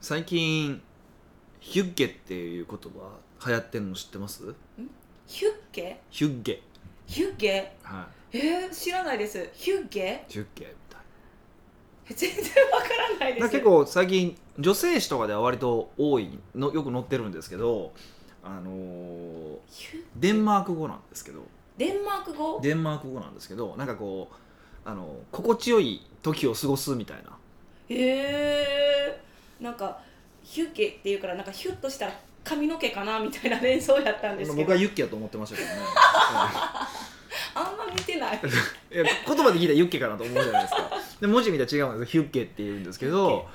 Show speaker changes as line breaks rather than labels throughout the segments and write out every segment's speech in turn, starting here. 最近ヒュッゲっていう言葉流行ってんの知ってます
ヒュッゲ
ヒュッゲ
ヒュッゲ
は
えー、知らないですヒュッゲ
いヒュッゲみたい
え全然わからないで
なだ
す
結構最近女性誌とかでは割と多いのよく載ってるんですけどあのー
ヒュッ
デンマーク語なんですけど
デンマーク語
デンマーク語なんですけどなんかこうあの心地よい時を過ごすみたいな
えー、なんかヒュッゲっていうからなんかヒュッとしたら髪の毛かなみたいな連想やったんですけ
僕
ど
はユッケやと思ってましたけど ね
あんま見てない
いや言葉で聞いたらユッケかなと思うじゃないです かで文字見たら違うんですヒュッケって言うんですけど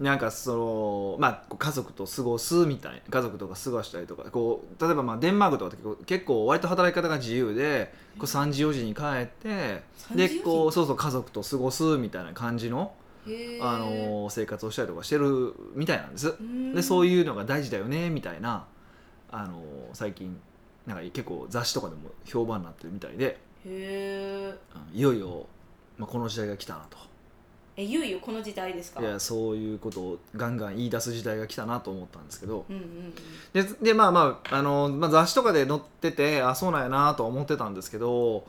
なんかそのまあこう家族と過ごすみたいな家族とか過ごしたりとかこう例えばまあデンマークとかって結構結構割と働き方が自由でこう3時4時に帰ってでこうそうそう家族と過ごすみたいな感じの、
う、へー
あの生活をしたりとかしてるみたいなんです
うーん
でそういうのが大事だよねみたいな、あの最近なんか結構雑誌とかでも評判になってるみたいで、
へー
うんいよいよ、まあ、この時代が来たな
えいよいよこの時代ですか
といやそういうことをガンガン言い出す時代が来たなと思ったんですけど
うんうんうん
ででまあまあ、あのまあ、雑誌とかで載っててあそうなんやなとは思ってたんですけど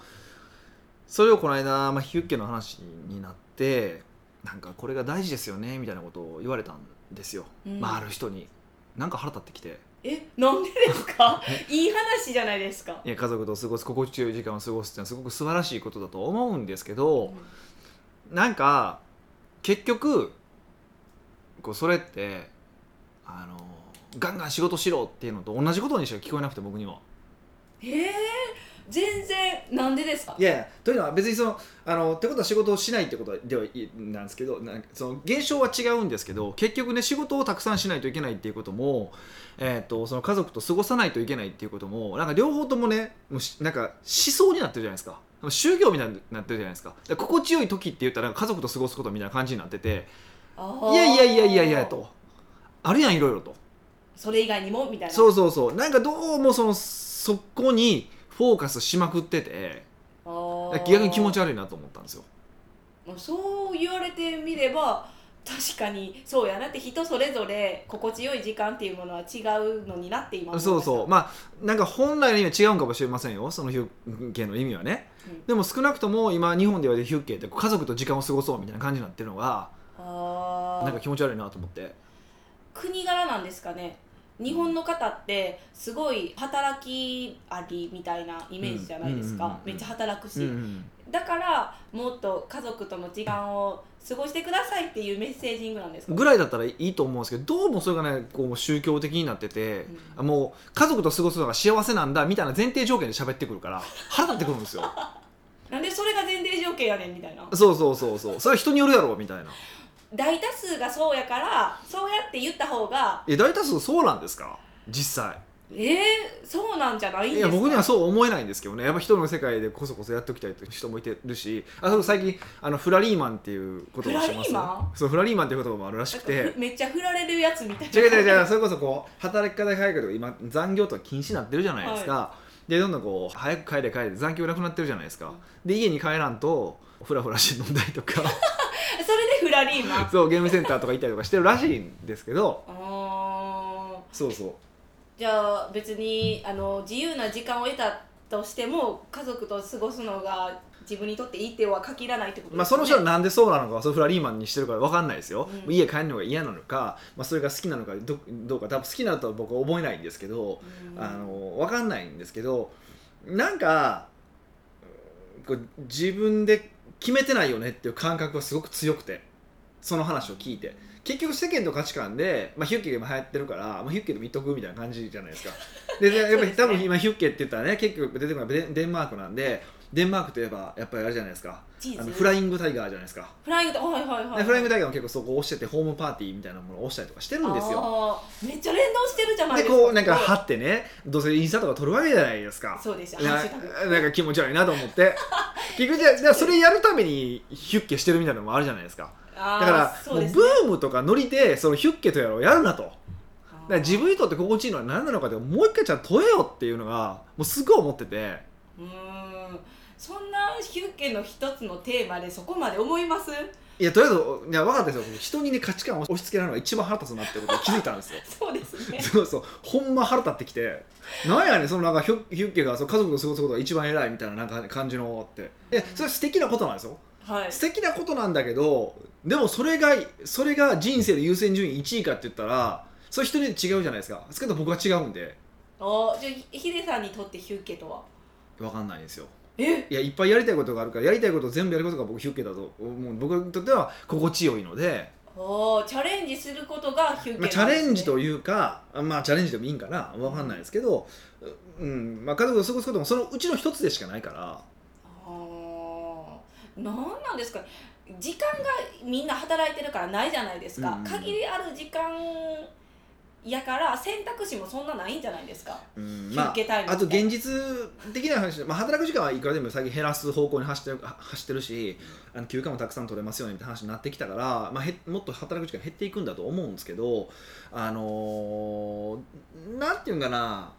それをこの間、まあ、ヒュッケの話になってなんかこれが大事ですよねみたいなことを言われたんですよ、
うん
まあ、ある人に。なんか腹立ってきて
えなんでです かいい話じゃないですか
いや家族と過ごす心地よい時間を過ごすってのはすごく素晴らしいことだと思うんですけどなんか結局こうそれってあのガンガン仕事しろっていうのと同じことにしか聞こえなくて僕には。
ええ全然なんでですか
いやいやというのは別にそのあのってことは仕事をしないってことではいなんですけどなんかその現象は違うんですけど結局ね仕事をたくさんしないといけないっていうことも、えー、とその家族と過ごさないといけないっていうこともなんか両方ともねもうしなんか思想になってるじゃないですか就業みたいになってるじゃないですかで心地よい時って言ったらなんか家族と過ごすことみたいな感じになってて
あ
い
ー
やいやいやいやいやとあるやんいろいろと
それ以外にもみたいな
そうそうそうなんかどうもそのそこにフォーカスしまくってて
あー
逆に気持ち悪いなと思ったんですよ
もうそう言われてみれば確かにそうやなって人それぞれ心地よい時間っていうものは違うのになって今思いました
そうそうまあなんか本来の意味は違うんかもしれませんよそのヒュッケの意味はね、
うん
でも少なくとも今日本ではヒュッケって家族と時間を過ごそうみたいな感じになってるのが
あー
なんか気持ち悪いなと思って
国柄なんですかね日本の方ってすごい働きありみたいなイメージじゃないですか、
うんうんうんうん
めっちゃ働くし、
うん
だからもっと家族との時間を過ごしてくださいっていうメッセージングなんですか、
ぐらいだったらいいと思うんですけどどうもそれがねこう宗教的になってて、
う
もう家族と過ごすのが幸せなんだみたいな前提条件で喋ってくるから腹立ってくるんですよ
なんでそれが前提条件やねんみたいな
そうそうそうそうそれは人によるやろみたいな
大多数がそうやからそうやって言った方が
え大多数そうなんですか実際
えー、そうなんじゃないん
い
です
や
か
僕にはそう思えないんですけどねやっぱ人の世界でこそこそやっておきたいという人もいてるしあそう最近あのフラリーマンっていう言葉をしてます
フラリーマ
そうフラリーマンっていう言葉もあるらし
なん
く
か
て
ふめっちゃ振られるやつみたい
違う
な
違う違うそれこそこう働き方改革とか今残業とか禁止になってるじゃないですか、でどんどんこう早く帰れ帰れ残業なくなってるじゃないですかで家に帰らんとフラフラして飲んだりとか
それでフラリーマン
そうゲームセンターとか行ったりとかしてるらしいんですけど
あー
そうそう
じゃあ別にあの自由な時間を得たとしても家族と過ごすのが自分にとっていいっては限らないってこと
まあ、その人はなんでそうなのかはそれフラリーマンにしてるから分かんないですよ、
うん
家帰るのが嫌なのか、まあ、それが好きなのかどどうか多分好きなのとは僕は思えないんですけど、
うん
あの分かんないんですけどなんかうんこう自分で決めてないよねっていう感覚がすごく強くてその話を聞いて結局世間の価値観で、まあ、ヒュッケが今流行ってるから、まあ、ヒュッケでも言っとくみたいな感じじゃないですかででやっ
そう
ぱ
で
り
すね
多分今ヒュッケって言ったらね結局出てくるのがデンデンマークなんでデンマークといえばやっぱりあれじゃないですか
チーズ
あのフライングタイガーじゃないですか、
フライングとはいはいはい、
でフライングタイガーも結構そこを押しててホームパーティーみたいなものを押したりとかしてるんですよ
あーめっちゃ連動してるじゃない
で
ですか
こうなんか
すごい
貼ってねどうせインスタとか撮るわけじゃないですか
そうでした
な
ハッシュタグ
なんか気持ち悪いなと思って 結局じゃあじゃあそれやるためにヒュッケしてるみたいなのもあるじゃないですかだ
だ
から
そうで
もう
す
ブ
ね
ームとかノリでそのヒュッケとやろうやるなとだから自分にとって心地いいのは何なのかってもう一回ちゃんと問えよっていうのがもうすごい思ってて
うーんそんなヒュッケの一つのテーマでそこまで思います
いやとりあえずいや分かったですよ人にね価値観を押し付けられるのが一番腹立つなってことを気づいたんで すよ
そうですね
そうそうほんま腹立ってきてなんやねんそのなんかヒュヒュッケがそう家族と過ごすことが一番偉いみたいななんか感じのっていやそれ素敵なことなんですよ
はい
素敵なことなんだけどでもそれがそれが人生の優先順位1位かって言ったらそれ人によって違うじゃないですかですけど僕は違うんで
おじゃあヒデさんにとってヒュッケとは
分かんないですよ
え
いやいっぱいやりたいことがあるからやりたいことを全部やることが僕ヒュッケだと思う僕にとっては心地よいので、
おチャレンジすることがヒュッケ
まあ、チャレンジというかまあチャレンジでもいいんかな分かんないですけど、うんまあ、家族と過ごすこともそのうちの一つでしかないから
何なんですかね時間がみんな働いてるからないじゃないですか、
うん
限りある時間やから選択肢もそんなないんじゃないですか
うん
休
まあ
憩タイム
あと現実的な話で、まあ、働く時間はいくらでも最近減らす方向に走ってる走ってるしあの休暇もたくさん取れますよねみたいな話になってきたから、まあ、へもっと働く時間減っていくんだと思うんですけどあのーなんていうんかな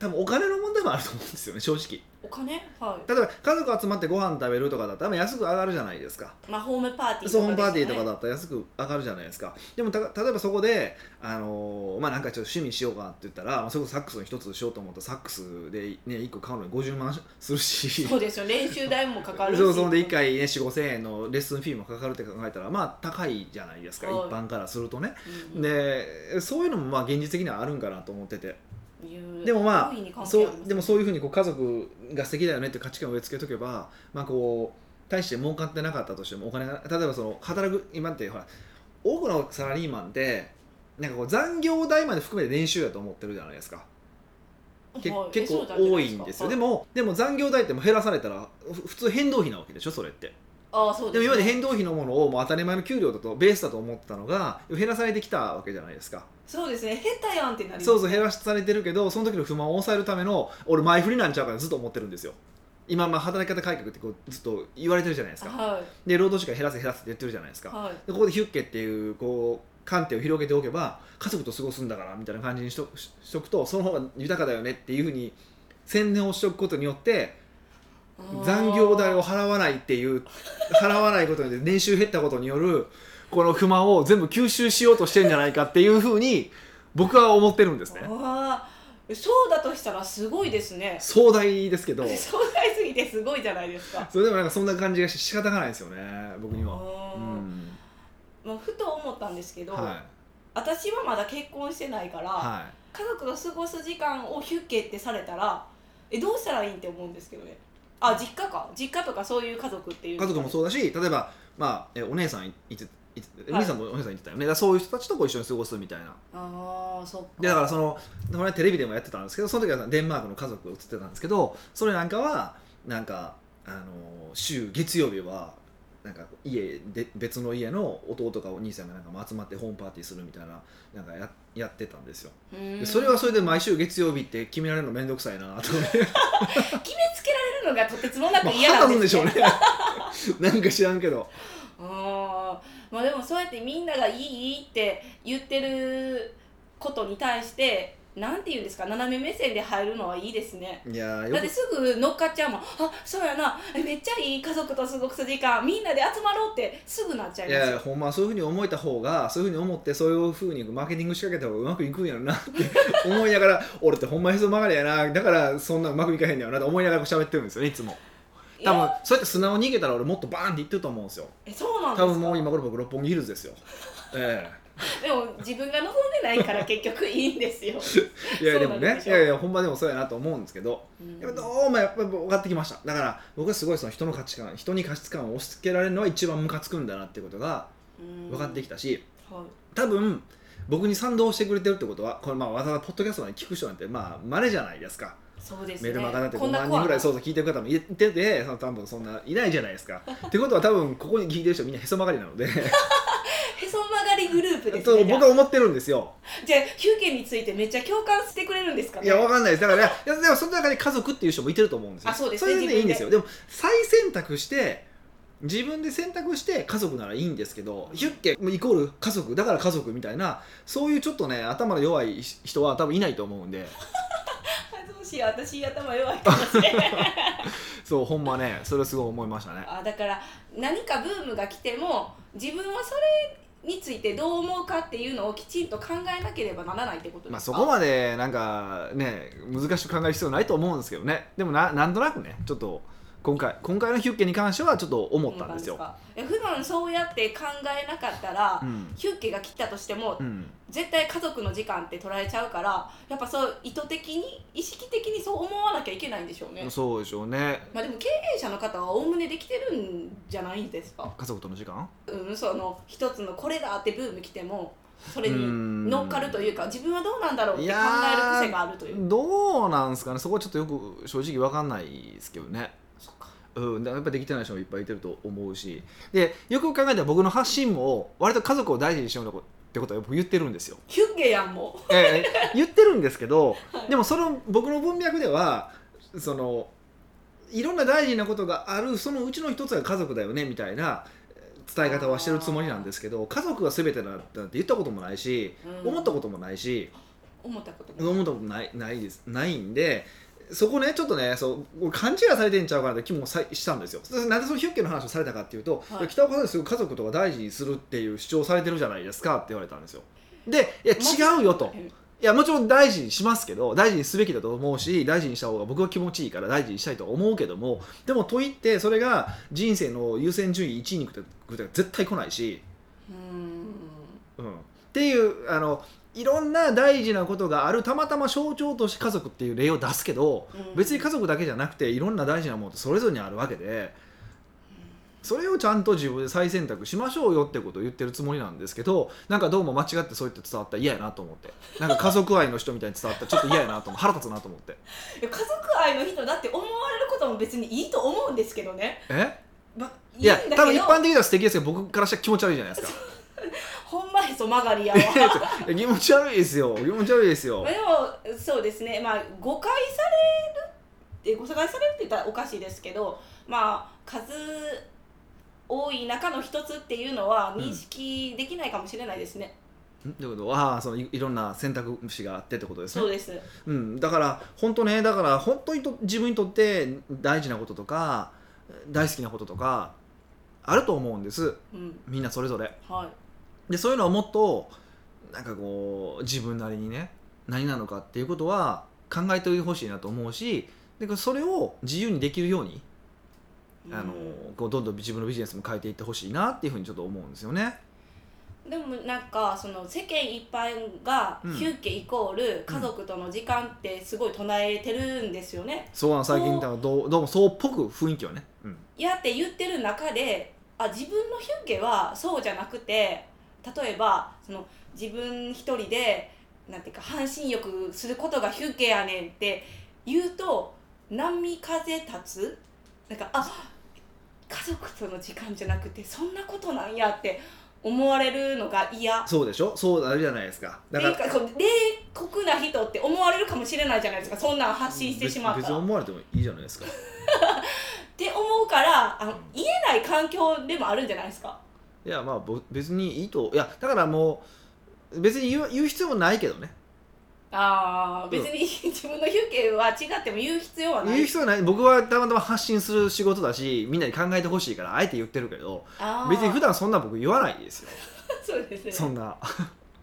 多分お金の問題もあると思うんですよね正直
お金は
例えば家族集まってご飯食べるとかだったらまあ安く上がるじゃないですか
いまあホームパーティー
そうホーム
と
パ
か
ーティ
で
ーと
す
か
よね
だったら安く上がるじゃないですかでもた例えばそこで、あのーまあ、なんかちょっと趣味しようかって言ったらまあそれこそサックスの一つしようと思ったらサックスで、ね、1個買うのに50万するし
そうですよ練習代もかかるし
そうそうで1回、ね、4 5千円のレッスンフィーもかかるって考えたらまあ高いじゃないですか、
はい
一般からするとね
うん
でそういうのもまあ現実的にはあるんかなと思ってて
いう
でもまあ
大いに関係
そ
ありま
う
す
でもそういうふうにこう家族が素敵だよねって価値観を植え付けとけば、まあ、こう大して儲かってなかったとしてもお金が例えばその働く今ってほら多くのサラリーマンってなんかこう残業代まで含めて年収やと思ってるじゃないですかけ
はい
結
え
構
そうじゃな
多
で
いんですよ
か
でもでも残業代ってもう減らされたらふ普通変動費なわけでしょそれって
ああそう
で
で
も今ま
すね
で変動費のものをもう当たり前の給料だとベースだと思ってたのが減らされてきたわけじゃないですか
そうですね下手やんってなります
そうそう減らされてるけどその時の不満を抑えるための俺前振りなんちゃうかなずっと思ってるんですよ今まあ働き方改革ってこうずっと言われてるじゃないですか
は
で労働時間減らせ減らせって言ってるじゃないです
い
か
はい
でここでヒュッケっていうこう観点を広げておけば家族と過ごすんだからみたいな感じにしとししとくとその方が豊かだよねっていうふうに宣伝をしておくことによって
あー
残業代を払わないっていう払わないことによって年収減ったことによるこの不満を全部吸収しようとしてんじゃないかっていうふうに僕は思ってるんですね
あーそうだとしたらすごいですね
壮大ですけど
壮大すぎてすごいじゃないです か
それでもなんかそんな感じがして仕方がないですよね僕には、う
うん
ん、
まあふと思ったんですけど、
は
私はまだ結婚してないから、
いは
家族と過ごす時間をヒュッケってされたらえどうしたらいいんって思うんですけどねあ実家か実家とかそういう家族ってい
いう家族もそうだし例えば、まあ、えお姉さんいいていてお
はい
兄さんとお姉さんいてたよね、だからそういう人たちとこう一緒に過ごすみたいな
ああそっか
でだからそのこの間テレビでもやってたんですけどその時はデンマークの家族が映ってたんですけどそれなんかはなんかあの週月曜日はなんか家で別の家の弟かお兄さんがなんか集まってホームパーティーするみたいななんかややってたんですよ
うー
で
ん
それはそれで毎週月曜日って決められるの面倒くさいなと思って
決めつけられるのがとてつもな
ま
く
あ
嫌な
腹
ん
立つんです
で
し
ね
ょうね なんか知らんけど
あーまあでもそうやってみんながいいいいって言ってることに対してなんて言うんですか斜め目線で入るのはいいですね
いやーよ
だって
く
すぐ乗っかっちゃうもんあそうやなえめっちゃいい家族と過ごす時間みんなで集まろうってすぐなっちゃい
い
ます
やいや
よ
ほんまそういうふうに思えた方がそういうふうに思ってそういうふうにマーケティング仕掛けた方がうまくいくんやろなって思いながら 俺ってほんまへそ曲がりやなだからそんなうまくいかへんねやろなと思いながらこう喋ってるんですよねいつも多
い
分
や
そうやって素直に逃げたら俺もっとバーンっていってると思うんですよ
えそうなんです
多
か
分もう今頃僕六本木ヒルズですよえ
でも自分が望んでないから結局いいんですよ、
えいや
そ
で
うな
も
んで
ね
し
い
ょう
やいやほんまでもそうやなと思うんですけど
うん
やっぱどうもやっぱり分かってきましただから僕はすごいその人の価値観人に価値観を押し付けられるのは一番ムカつくんだなっていうことが
うん
分かってきたし
はい
多分僕に賛同してくれてるってことはこれまあわざわざポッドキャストまで聞く人なんてまあまれじゃないですか
そうですね
メルマガなんて
こ
5
んな
万人ぐらいそう
う
そう聞いてる方もいててその多分そんないないじゃないです かってことは多分ここに聞いてる人みんなへそ曲がりなので
へそ曲がりグループで す
と
ねじゃあ
僕は思ってるんですよ
じゃあ休憩についてめっちゃ共感してくれるんですかね
いやわかんないですだから、ね、いやでもその中に家族っていう人もいてると思うんですよ
あそうですね
それで、ね、いいん
自分で
ですよでも再選択して自分で選択して家族ならいいんですけど、ヒュッケもイコール家族だから家族みたいなそういうちょっとね頭の弱い人 は多分いないと思うんで
どうしよう私頭弱いかもしれない
そうほんまねそれすごい思いましたね
あだから何かブームが来ても自分はそれについてどう思うかっていうのをきちんと考えなければならないってこと
ま
で
あ
す
そ
か、
こまでなんかね難しく考える必要ないと思うんですけどねでもななんとなくねちょっと今回今回のヒュッケに関してはちょっと思ったんですよ
思ったんですかえ普段そうやって考えなかったら、
うん
ヒュッケが切ったとしても、
うん
絶対家族の時間って捉えちゃうからやっぱそう意図的に意識的にそう思わなきゃいけないんでしょうね
そうでしょうね
まあでも経営者の方はおおむねできてるんじゃないですか
家族との時間
うんその一つのこれだってブーム来てもそれ
う
に
ん
乗っかるというか自分はどうなんだろうって
い
考
や
え
ー
る癖があるという
どうなんすかねそこはちょっとよく正直わかんないですけどね
そっか
うん、だからやっぱできてない人もいっぱいいてると思うしでよくよく考えたら僕の発信も割と家族を大事にしようってことは僕言ってるんですよ、
ヒュッゲやんも
ええ言ってるんですけど、
はい
でもその僕の文脈ではそのいろんな大事なことがあるそのうちの一つが家族だよねみたいな伝え方はしてるつもりなんですけど家族が全てだなんて言ったこともないし
う、うん
思ったこともないし、
思ったことも
思ったことないないですないんでそこねちょっとねそう勘違いされてんちゃうかなって気もさしたんですよそなんでそのヒュッケの話をされたかっていうと、
はい
北岡さんすごい家族とか大事にするっていう主張されてるじゃないですかって言われたんですよでいや違うよといやもちろん大事にしますけど大事にすべきだと思うし大事にした方が僕は気持ちいいから大事にしたいとは思うけどもでもといってそれが人生の優先順位1位にくって絶対来ないし
うん
うんっていうあのいろんな大事なことがあるたまたま象徴として家族っていう例を出すけど
うん
別に家族だけじゃなくていろんな大事なものってそれぞれにあるわけでそれをちゃんと自分で再選択しましょうよってことを言ってるつもりなんですけどなんかどうも間違ってそう言って伝わったら嫌やなと思ってなんか家族愛の人みたいに伝わったらちょっと嫌やなと思って腹立つなと思って
いや家族愛の人だって思われることも別にいいと思うんですけどね、
え
ま、いいん
いや
だけど
多分一般的には素敵ですけど僕からしたら気持ち悪いじゃないですか
ほんまへそ曲がりやわ
いや気持ち悪いですよ気持ち悪いですよ
まあでもそうですねまあ誤解されるって誤解されるって言ったらおかしいですけどまあ数多い中の一つっていうのは認識できないかもしれないですね、
んってことはあーそのいいろんな選択肢があってってことですね
そうです
うん、だから本当ねだから本当にと自分にとって大事なこととか大好きなこととかあると思うんです
うん
みんなそれぞれ
はい
でそういうのをもっとなんかこう自分なりにね何なのかっていうことは考えておいてほしいなと思うしでそれを自由にできるように、あの
う
こうどんどん自分のビジネスも変えていってほしいなっていうふうにちょっと思うんですよね。
んでもなんかその世間一般が
うん
ヒュッケイコール家族との時間ってすごい唱えてるんですよね、
そうなの最近だからどうどうもそうっぽく雰囲気はね、うん、
やって言ってる中であ自分のヒュッケはそうじゃなくて例えばその自分一人でなんていうか半身浴することがヒュッケやねんって言うと波風立つなんかあ家族との時間じゃなくてそんなことなんやって思われるのが嫌
そうでしょそうなるじゃないですかだ
っ
か
てい
ら
うかこう冷酷な人って思われるかもしれないじゃないですかそんなん発信してしまっ
別別
た
に
ら。っ
思われてもいいじゃないですか
て思うからあの
うん
言えない環境でもあるんじゃないですか。
いやまあぼ別にいいといやだからもう別に言う言う必要もないけどね
ああ別に 自分の風景は違っても言う必要はない。
言う必要はない僕はたまたま発信する仕事だしみんなに考えてほしいからあえて言ってるけど
あー
別に普段そんな僕言わないですよ
そうですね。
そんな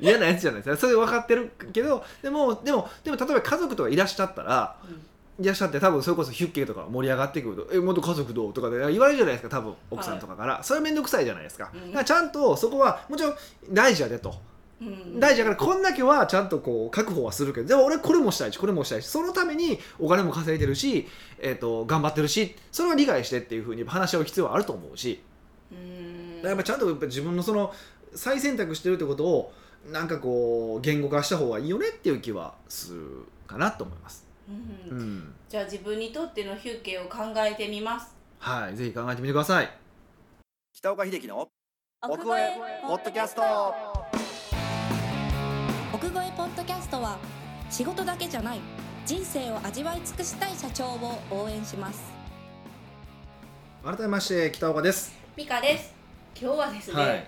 嫌なやつじゃないですかそれ分かってるけどでもでもでも例えば家族とかいらっしゃったら
うん
いらっしゃって多分それこそヒュッケとか盛り上がってくると「え元家族どう?」とかで言われるじゃないですか多分奥さんとかから、それ面倒くさいじゃないですか,、
うん
だからちゃんとそこはもちろん大事やでと
うん
大事だからこんだけはちゃんとこう確保はするけどでも俺これもしたいしこれもしたいしそのためにお金も稼いでるし、えー、と頑張ってるしそれは理解してっていうふうに話し合う必要はあると思うし
う
だからやっ
ん
ぱちゃんとやっぱ自分のその再選択してるってことをなんかこう言語化した方がいいよねっていう気はするかなと思います。
うん
うん
じゃあ自分にとっての風景を考えてみます。
はい、ぜひ考えてみてください。北岡秀樹の奥越えポッドキャスト
奥越えポッドキャストは仕事だけじゃない人生を味わい尽くしたい社長を応援します
改めまして北岡です。
ピカです。今日はですね、
はい、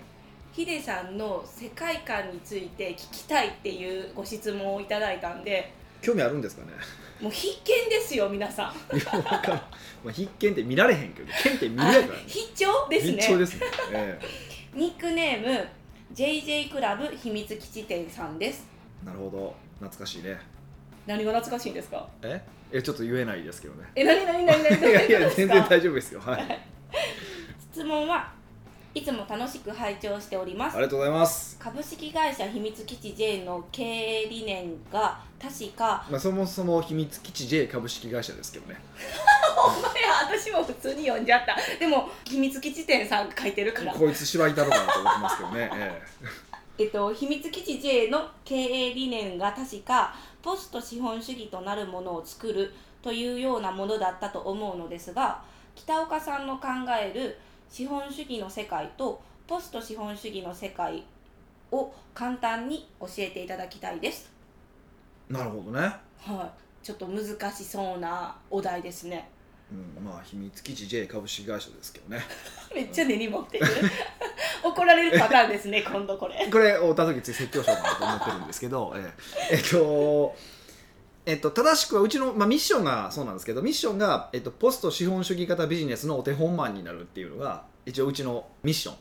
ヒデさんの世界観について聞きたいっていうご質問をいただいたんで
興味あるんですかね
もう必見ですよ皆さん
いやわかんないまあ必見って見られへんけど見って見れやからね
必聴ですね
必聴ですね、え
ニックネーム JJ クラブ秘密基地店さんです
えなるほど懐かしいね
何が懐かしいんですか
ええちょっと言えないですけど ね
え何何何何
いやいや
何です
全
か
然大丈夫ですよはいあ
質問はいつも楽しく拝聴しております
りがとうございます
株式会社秘密基地 J の経営理念が確 か
まあそもそも秘密基地 J 株式会社ですけどね
お前私も普通に読んじゃったでも秘密基地店さん書いてるから
こいつ芝居だろうかなと思ってますけどね、ええ
えっと、秘密基地 J の経営理念が確かポスト資本主義となるものを作るというようなものだったと思うのですが北岡さんの考える資本主義の世界とポスト資本主義の世界を簡単に教えていただきたいです。
なるほどね、
はい、ちょっと難しそうなお題ですね。
うん、まあ秘密基地 J 株式会社ですけどね
めっちゃ根に持ってる 怒られるパターンですね今度これ。
これを歌う時つい説教しようかなと思ってるんですけど えええっとえっと、正しくはうちの、まあ、ミッションがそうなんですけどミッションが、えっと、ポスト資本主義型ビジネスのお手本マンになるっていうのが一応うちのミッション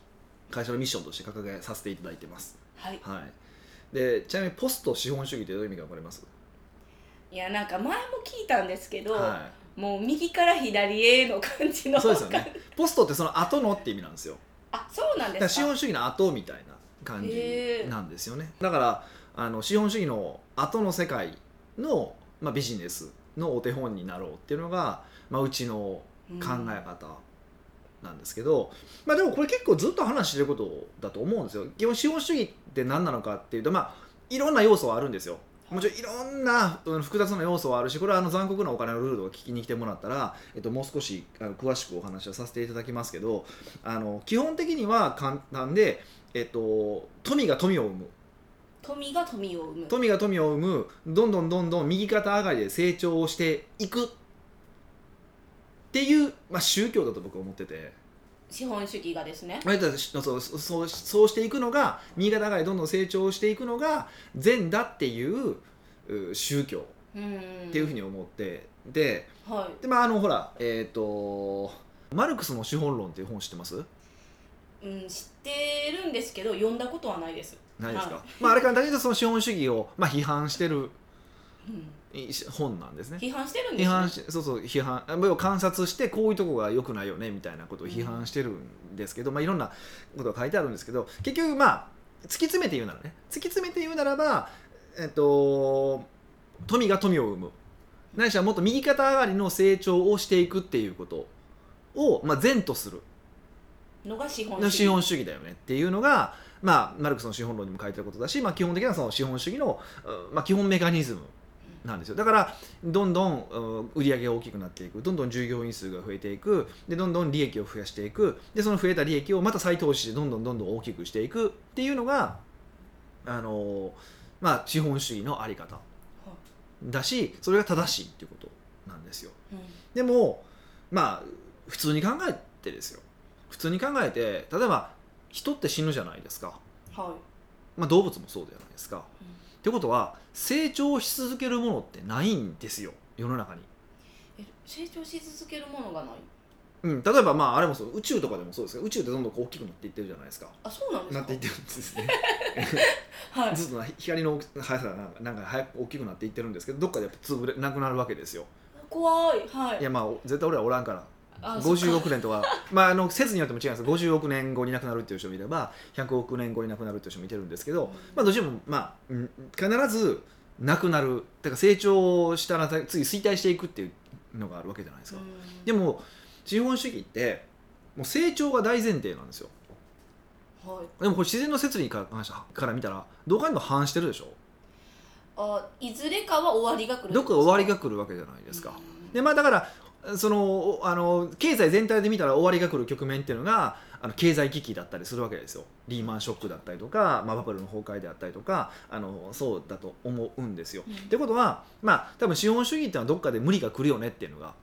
会社のミッションとして掲げさせていただいてます、
はい、
はい、でちなみにポスト資本主義という意味が分かります、
いやなんか前も聞いたんですけ ど。
は
もう右から左への感じの
い、そうですよねポストってその後のって意味なんですよ
あそうなん
だ
で
から
す
資
か
本主義の後みたいな感じ
へー
なんですよねだからあの資本主義の後の世界の、まあ、ビジネスのお手本になろうっていうのが、まあ、うちの考
うん
え方なんですけど、まあ、でもこれ結構ずっと話してることだと思うんですよ基本資本主義って何なのかっていうとまあいろんな要素はあるんですよもちろんいろんなうん複雑な要素はあるしこれはあの残酷なお金のルールを聞きに来てもらったら、えっと、もう少しあの詳しくお話をさせていただきますけどあの基本的には簡単で、えっと、富が富を生む
富が富を生む
富が富を生むどんどんどんどん右肩上がりで成長をしていくっていう、まあ、宗教だと僕は思ってて。
資本主義がですね
割としそうそうそうしていくのが新潟がどんどん成長していくのが善だっていうう宗教
うん
っていうふう
に
に思って、で
は
でまああのほらえっ、とマルクスの資本論っていう本知ってます
い、うん、知ってるんですけど読んだことはないです、
ないですか、
は
まあ、あれから大体その資本主義を、まあ、批判してる
うん、
い本なんですね
批判してるん
批
ですね
判しそうそう批判あ要は観察してこういうとこが良くないよねみたいなことを批判してるんですけど、まあ、いろんなことが書いてあるんですけど結局まあ突き詰めて言うならね突き詰めて言うならば、えっと、富が富を生むないしはもっと右肩上がりの成長をしていくっていうことを、まあ、善とする
のが資本主
の
義
資本主義だよねっていうのが、まあ、マルクスの資本論にも書いてあることだし、まあ、基本的なその資本主義の、うんまあ、基本メカニズムなんですよだからどんどんうん売り上げが大きくなっていくどんどん従業員数が増えていくでどんどん利益を増やしていくでその増えた利益をまた再投資してどんどんどんどん大きくしていくっていうのがあの、まあ、資本主義のあり方だしそれが正しいっていうことなんですよ。
うん
でもまあ普通に考えてですよ普通に考えて例えば人って死ぬじゃないですか、
はい
まあ、動物もそうじゃないですか。
うん
ってことは成長し続けるものってないんですよ世の中に。
え成長し続けるものがない
うん、例えばまああれもそう宇宙とかでもそうですけど宇宙ってどんどんこう大きくなっていってるじゃないですか。
あそうなんですか
なっていってるんですね。
はい
ずっとな光の速さがなんかなんか早く大きくなっていってるんですけどどっかでやっぱ潰れなくなるわけですよ。
怖いはい
いやまあ絶対俺はおらんから
あ
50
そっ
億年とか、 まあ、あの説によっても違うんです50億年後に亡くなるっていう人もいれば100億年後に亡くなるっていう人もいてるんですけど、まあ、どっちも、まあ、うん必ず亡くなるだから成長したら次衰退していくっていうのがあるわけじゃないです
か
か、
うん
でも資本主義ってもう成長が大前提なんですよ
はい
でもこれ自然の説理から関してから見たらどこかにも反してるでしょ
あいずれかは終わりが来る
どっか終わりが来るわけじゃないですか、
うん
でまあだからそのあの経済全体で見たら終わりが来る局面っていうのがあの経済危機だったりするわけですよリーマンショックだったりとか、まあ、バブルの崩壊であったりとかあのそうだと思うんですよ。
うん
ってことはまあ多分資本主義っていうのはどっかで無理が来るよねっていうのが。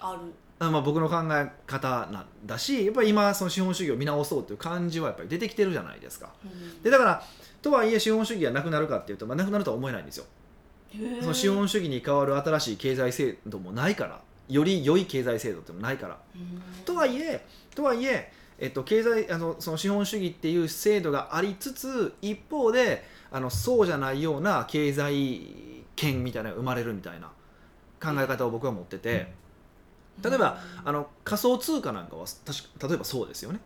ある
あまあ、僕の考え方なんだしやっぱり今その資本主義を見直そうっていう感じはやっぱり出てきてるじゃないですか
うん
でだからとはいえ資本主義がなくなるかっていうと、まあ、なくなるとは思えないんですよその資本主義に代わる新しい経済制度もないからより良い経済制度ってもないから。とはいえとはいええっと、経済あのその資本主義っていう制度がありつつ一方であのそうじゃないような経済圏みたいなのが生まれるみたいな考え方を僕は持ってて、例えばあの仮想通貨なんかは確か例えばそうですよね。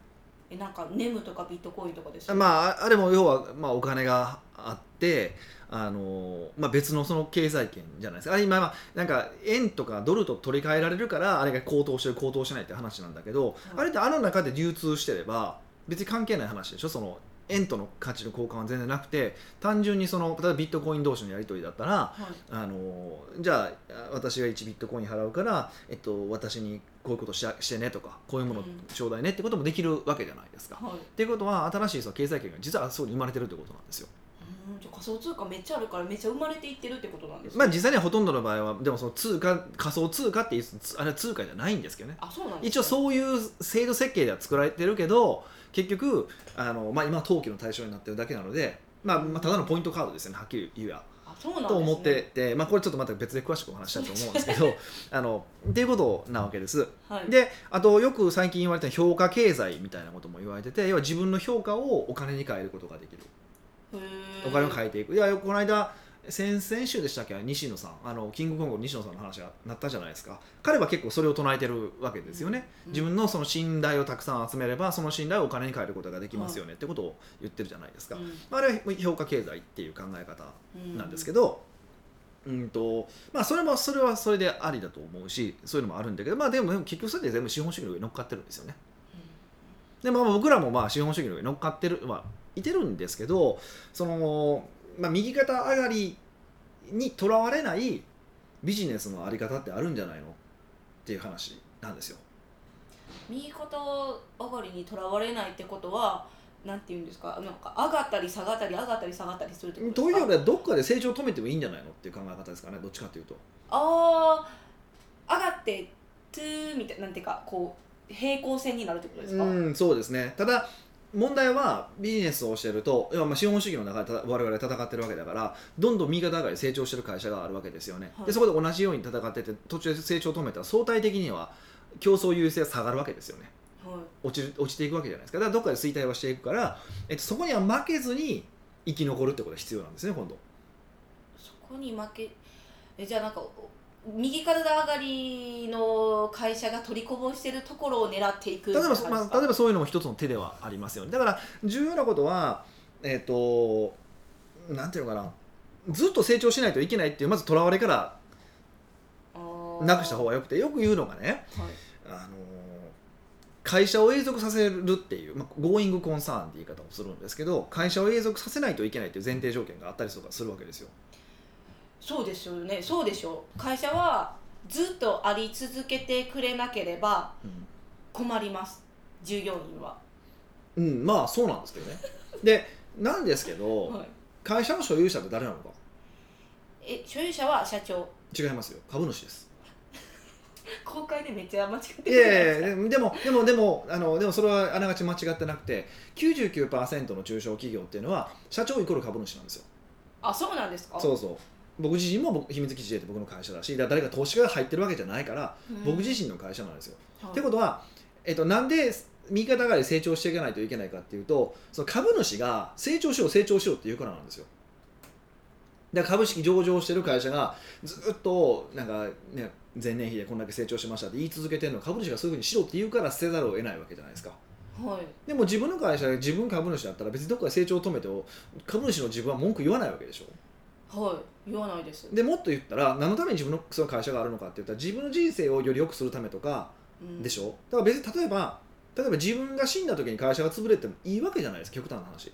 えなんかネムとかビットコインとかですよね
まあ、あれも要は、まあ、お金があって、あのまあ、別のその経済圏じゃないですかあれ今、まあ、なんか円とかドルと取り替えられるからあれが高騰してる高騰してないって話なんだけど、
うん
あれってあの中で流通してれば別に関係ない話でしょその円との価値の交換は全然なくて単純にその例えばビットコイン同士のやり取りだったら、
はい
あのじゃあ私が1ビットコイン払うから、えっと、私にこういうことししてねとかこういうものちょうだいねってこともできるわけじゃないですか。
はい
っていうことは新しいその経済圏が実はそうに生まれてるってことなんですよ。
うんじゃあ仮想通貨めっちゃあるからめっちゃ生まれていってるってことなんですね
まあ実際にはほとんどの場合はでもその通貨仮想通貨っていうつあれは通貨じゃないんですけどね。
あそうなんです
一応そういう制度設計では作られてるけど結局あの、まあ、今は登記の対象になってるだけなので、まあ、まあただのポイントカードですよねはっきり言えば。
あそうなんです、ね、
と思ってて、まあ、これちょっとまた別で詳しくお話したいと思うんですけどあのっていうことなわけです。
はい
であとよく最近言われてる評価経済みたいなことも言われてて要は自分の評価をお金に変えることができる。
へー
お金を変えていくいやこの間先々週でしたっけ西野さんあのキングコングの西野さんの話がなったじゃないですか彼は結構それを唱えてるわけですよね、
うん
自分のその信頼をたくさん集めればその信頼をお金に変えることができますよね、ってことを言ってるじゃないですか、
う
まあ、あれは評価経済っていう考え方
ん
なんですけ
ど、
ど、うんとまあ、それもそれはそれでありだと思うしそういうのもあるんだけど、まあ、でもでも結局それで全部資本主義の上に乗っかってるんですよね。でまあ、僕らもまあ資本主義の上に乗っかってる、まあ、いてるんですけどその、まあ、右肩上がりにとらわれないビジネスのあり方ってあるんじゃないのっていう話なんですよ。
うん右肩上がりにとらわれないってことはなんていうんですかなんか上がったり下がったり上がったり下がったりするってこと
という
です
よ
か
りはどっかで成長を止めてもいいんじゃないのっていう考え方ですかねどっちかというと。
ああ上がってトゥーみたいななんていうかこう平行線になるってことですか、
うんそうですねただ問題はビジネスをしてると要はまあ資本主義の中でた我々戦ってるわけだからどんどん右肩上がりで成長してる会社があるわけですよね、
はい
でそこで同じように戦ってて途中で成長を止めたら相対的には競争優位性が下がるわけですよね
はい
落ちる落ちていくわけじゃないですかだからどっかで衰退はしていくから、えっと、そこには負けずに生き残るってことが必要なんですね今度
そこに負けえじゃあなんかお右肩上がりの会社が取りこぼしてるところを狙っていく
例えば、
って感じ
ま
です
あ、
か
例えばそういうのも一つの手ではありますよねだから重要なことはえっ、となんていうのかなずっと成長しないといけないっていうまずとらわれから
あー
なくした方がよくてよく言うのがね、
はい
あのー会社を永続させるっていう、まあ、ゴーイングコンサーンって言い方をするんですけど会社を永続させないといけないっていう前提条件があったりとかするわけですよ。
そうですよねそうでしょう会社はずっとあり続けてくれなければ困ります従業員は、
うん、まあそうなんですけどね。でなんですけど、
はい、
会社の所有者って誰なのか
え所有者は社長
違いますよ株主です。
公開でめっちゃ間違って
い
るじゃない
や
で
い
すか
やでもでもでもあのでもそれはあながち間違ってなくて99%の中小企業っていうのは社長イコール株主なんですよ。
あそうなんですか
そうそう僕自身も僕秘密基地でって僕の会社だしだから誰か投資家が入ってるわけじゃないから
うん
僕自身の会社なんですよ。
はい
ってことは、えっと、なんで右肩上がりで成長していかないといけないかっていうとその株主が成長しよう成長しようっていうからなんですよ。だから株式上場してる会社がずっとなんか、ね、前年比でこんだけ成長しましたって言い続けてるのは株主がそういうふうにしろって言うからせざるを得ないわけじゃないですか。
はい
でも自分の会社で自分株主だったら別にどっかで成長を止めても株主の自分は文句言わないわけでしょ。
はい言わないです
でもっと言ったら何のために自分のその会社があるのかって言ったら自分の人生をより良くするためとかでし
ょ
ょ、だから別に例えば例えば自分が死んだ時に会社が潰れてもいいわけじゃないです極端な話、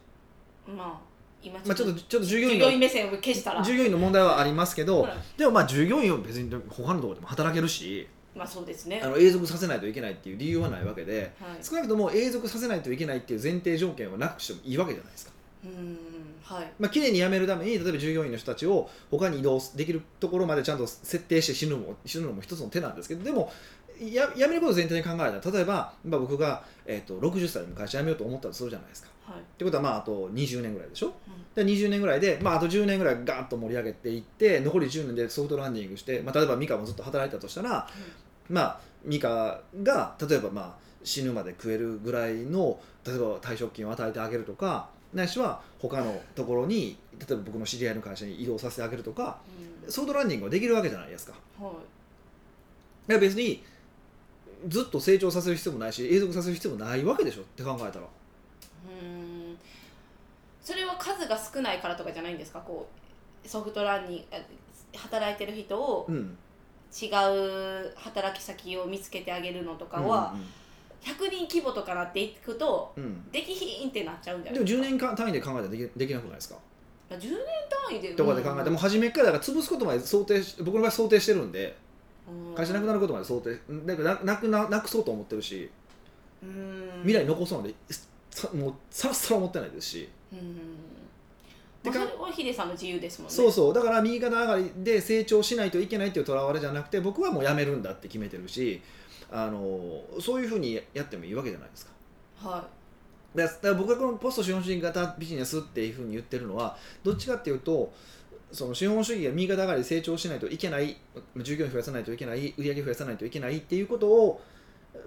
まあ今
まあ、ちょっとちょっと従業
従
員
業員
の
目線を消したら
従業員の問題はありますけど、
はい
でもまあ従業員は別に他のところでも働けるし
まあそうですね
あの永続させないといけないっていう理由はないわけで
はい
少なくとも永続させないといけないっていう前提条件はなくしてもいいわけじゃないですか、
うーんはい
まあ、綺麗に辞めるために例えば従業員の人たちを他に移動できるところまでちゃんと設定して死ぬのも死ぬのも一つの手なんですけどでもや辞めることを前提に考えたら例えばまあ僕が、えっと60歳で会社辞めようと思ったらそうじゃないですか。
はい
ってことはまああと20年ぐらいでしょで20年ぐらいで、まあ、あと10年ぐらいガーッと盛り上げていって残り10年でソフトランディングして、まあ、例えばミカもずっと働いたとしたら、まあ、ミカが例えばまあ死ぬまで食えるぐらいの例えば退職金を与えてあげるとかないしは他のところに例えば僕の知り合いの会社に移動させてあげるとか
うん
ソフトランディングはできるわけじゃないですか。
はい
いや別にずっと成長させる必要もないし永続させる必要もないわけでしょって考えたら
うーんそれは数が少ないからとかじゃないんですかこうソフトランにあ働いてる人を
うん
違う働き先を見つけてあげるのとかは、100人規模とかなっていくと
うんうんうん
できひんってなっちゃうんじゃな
で
い
も
です
10
か
年間単位で考えたらできできなくないですか
10年単位で
とかで考えてもう初めっからだから潰すことまで想定し僕の場合想定してるんで会社なくな
る
ることまで想定なんかななくななくそうと思ってるし未来に残そうなんでさもうさらさら思ってないですし、
うん、
て
まあ、
か
それはヒデさんの自由ですもんね
そうそうだから右肩上がりで成長しないといけないっていうとらわれじゃなくて僕はもうやめるんだって決めてるしあのそういうふうにやってもいいわけじゃないですか。
は
だだから僕がこのポスト資本主義型ビジネスっていうふうに言ってるのはどっちかっていうとその資本主義が右肩上がりで成長しないといけない従業員増やさないといけない売り上げ増やさないといけないっていうことを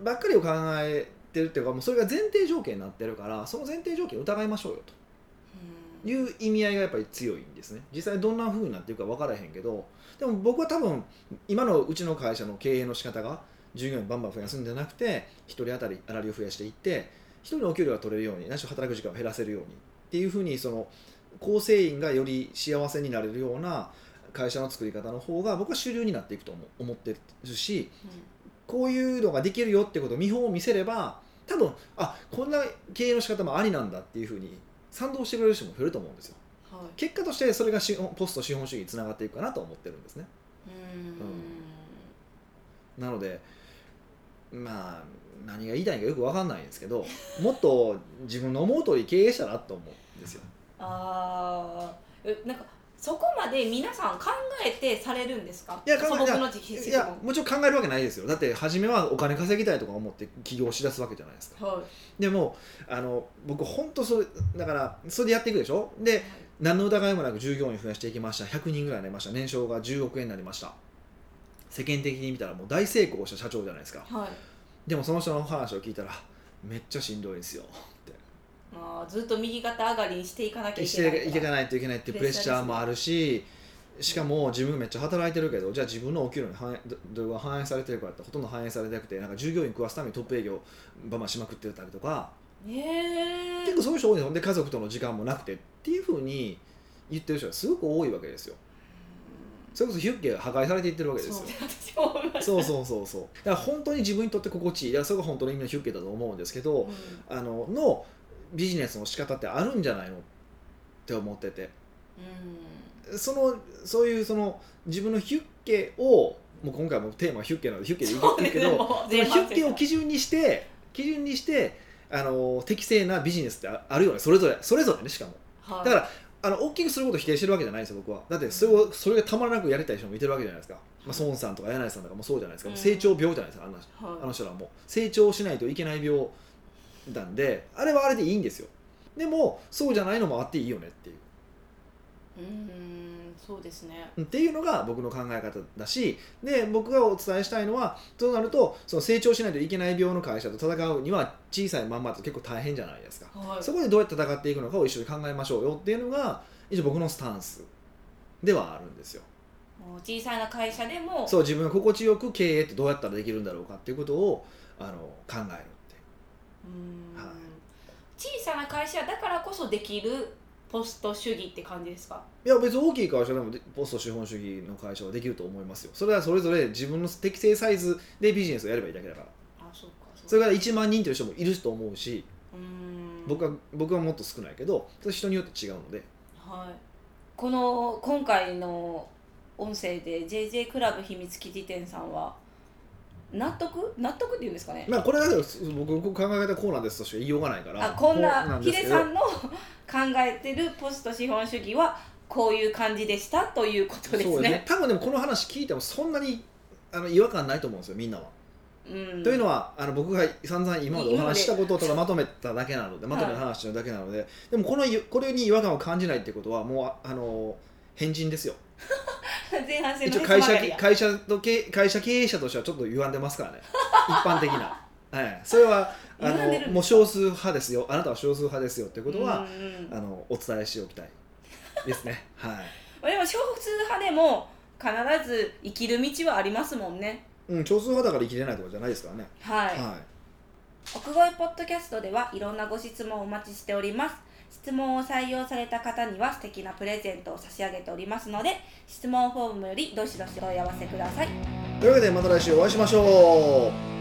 ばっかりを考えてるっていうかもうそれが前提条件になってるからその前提条件を疑いましょうよ
い
という意味合いがやっぱり強いんですね実際どんなふうになってるか分からへんけどでも僕は多分今のうちの会社の経営の仕方が従業員バンバン増やすんじゃなくて1人当たり粗利を増やしていって1人のお給料が取れるように何しろ働く時間を減らせるようにっていうふうにその構成員がより幸せになれるような会社の作り方の方が僕は主流になっていくと思思ってるしこういうのができるよってことを見本を見せれば多分あこんな経営の仕方もありなんだっていうふうに賛同してくれる人も増えると思うんですよ
うんはい
結果としてそれが資本ポスト資本主義につながっていくかなと思ってるんですね
うん
なのでまあ何が言いたいのかよく分かんないんですけ どもっと自分の思う通り経営したらと思うんですよ。
あーえなんかそこまで皆さん考えてされるんですか
いや考え
素朴の実
い
質
や
問
もちろん考えるわけないですよだって初めはお金稼ぎたいとか思って起業しだすわけじゃないですか
は
でもあの僕本当それだからそれでやっていくでしょ
い
で何の疑いもなく従業員増やしていきました100人ぐらいになりました年商が10億円になりました世間的に見たらもう大成功した社長じゃないですか
はい
でもその人の話を聞いたらめっちゃしんどいんですよ
まあずっと右肩上がりにしていかなきゃい
し
けないから
ていけないといけないっていうプレッシャーもあるししかも自分めっちゃ働いてるけどじゃあ自分のお給料に反映どどれが反映されてるかってほとんど反映されてなくてなんか従業員食わすためにトップ営業バンバンしまくってたりとか
ねえ
結構そういう人多いので家族との時間もなくてっていうふうに言ってる人がすごく多いわけですよそれこそヒュッケが破壊されていってるわけです
そ
よ
う私も思いました
そうそうそうそうだから本当に自分にとって心地いいいやそれが本当の意味のヒュッケだと思うんですけど、
う
あののビジネスの仕方ってあるんじゃないのって思ってて
ん
そのそういうその自分のヒュッケをもう今回もテーマはヒュッケなのでヒュッケでい
そう
くい
で
くけ
すね
ど
もう
その
全
ヒ
般
ュッケを基準にして基準にしてあの適正なビジネスってああるよねそれぞれそれぞれねしかも
は
だ
い
からあの大きくすることを否定してるわけじゃないんですよ僕はだってそれをそれがたまらなくやりたい人もいてるわけじゃないですか、まあ、孫さんとか柳井さんとかもそうじゃないですか、もう成長病じゃないですかあんな人
はい
あの人らはもう成長しないといけない病なんであれはあれでいいんですよでもそうじゃないのもあっていいよねっていう
うーんそうですね
っていうのが僕の考え方だしで僕がお伝えしたいのはそうなるとその成長しないといけない病の会社と戦うには小さいまんまだと結構大変じゃないですか
はい
そこでどうやって戦っていくのかを一緒に考えましょうよっていうのが一応僕のスタンスではあるんですよ
もう小さな会社でも
そう自分が心地よく経営ってどうやったらできるんだろうかっていうことをあの考えるって
うーん
はい
小さな会社だからこそできるポスト主義って感じですか
いや別に大きい会社でもでポスト資本主義の会社はできると思いますよそれはそれぞれ自分の適正サイズでビジネスをやればいいだけだから
あそうかそうか
それから1万人という人もいると思うし
うーん
僕は僕はもっと少ないけどそれ人によって違うので
はい、この今回の音声で JJ クラブ秘密基地店さんは納得納得って言うんですかね、
まあこれだけど僕僕考え方こうなんですとしか言いようがないから
あこん
うな
なんヒ
ですけ
デ
ど
さんの考えてるポスト資本主義はこういう感じでしたということです
そうですね
ね。
多分でもこの話聞いてもそんなにあの違和感ないと思うんですよみんなは
うん、
というのはあの僕が散々今までお話ししたことをただまとめただけなのでまとめた話だけなので、でもこのこれに違和感を感じないってことはもうああの変人ですよ
前半戦の
一応
ね
会
つま
社
がりが
会社と経会社経営者としてはちょっと歪んでますからね一般的な、 ええ、それはあ
歪んでるんです
の
か
もう少数派ですよあなたは少数派ですよってことは、
うんうん
あのお伝えしておきたいですねはい、
まあでも少数派でも必ず生きる道はありますもんね
うん、少数派だから生きれないとかじゃないですからね
はい、
は
屋外ポッドキャストではいろんなご質問をお待ちしております質問を採用された方には素敵なプレゼントを差し上げておりますので質問フォームよりどしどしお問い合わせください
い、というわけでまた来週お会いしましょう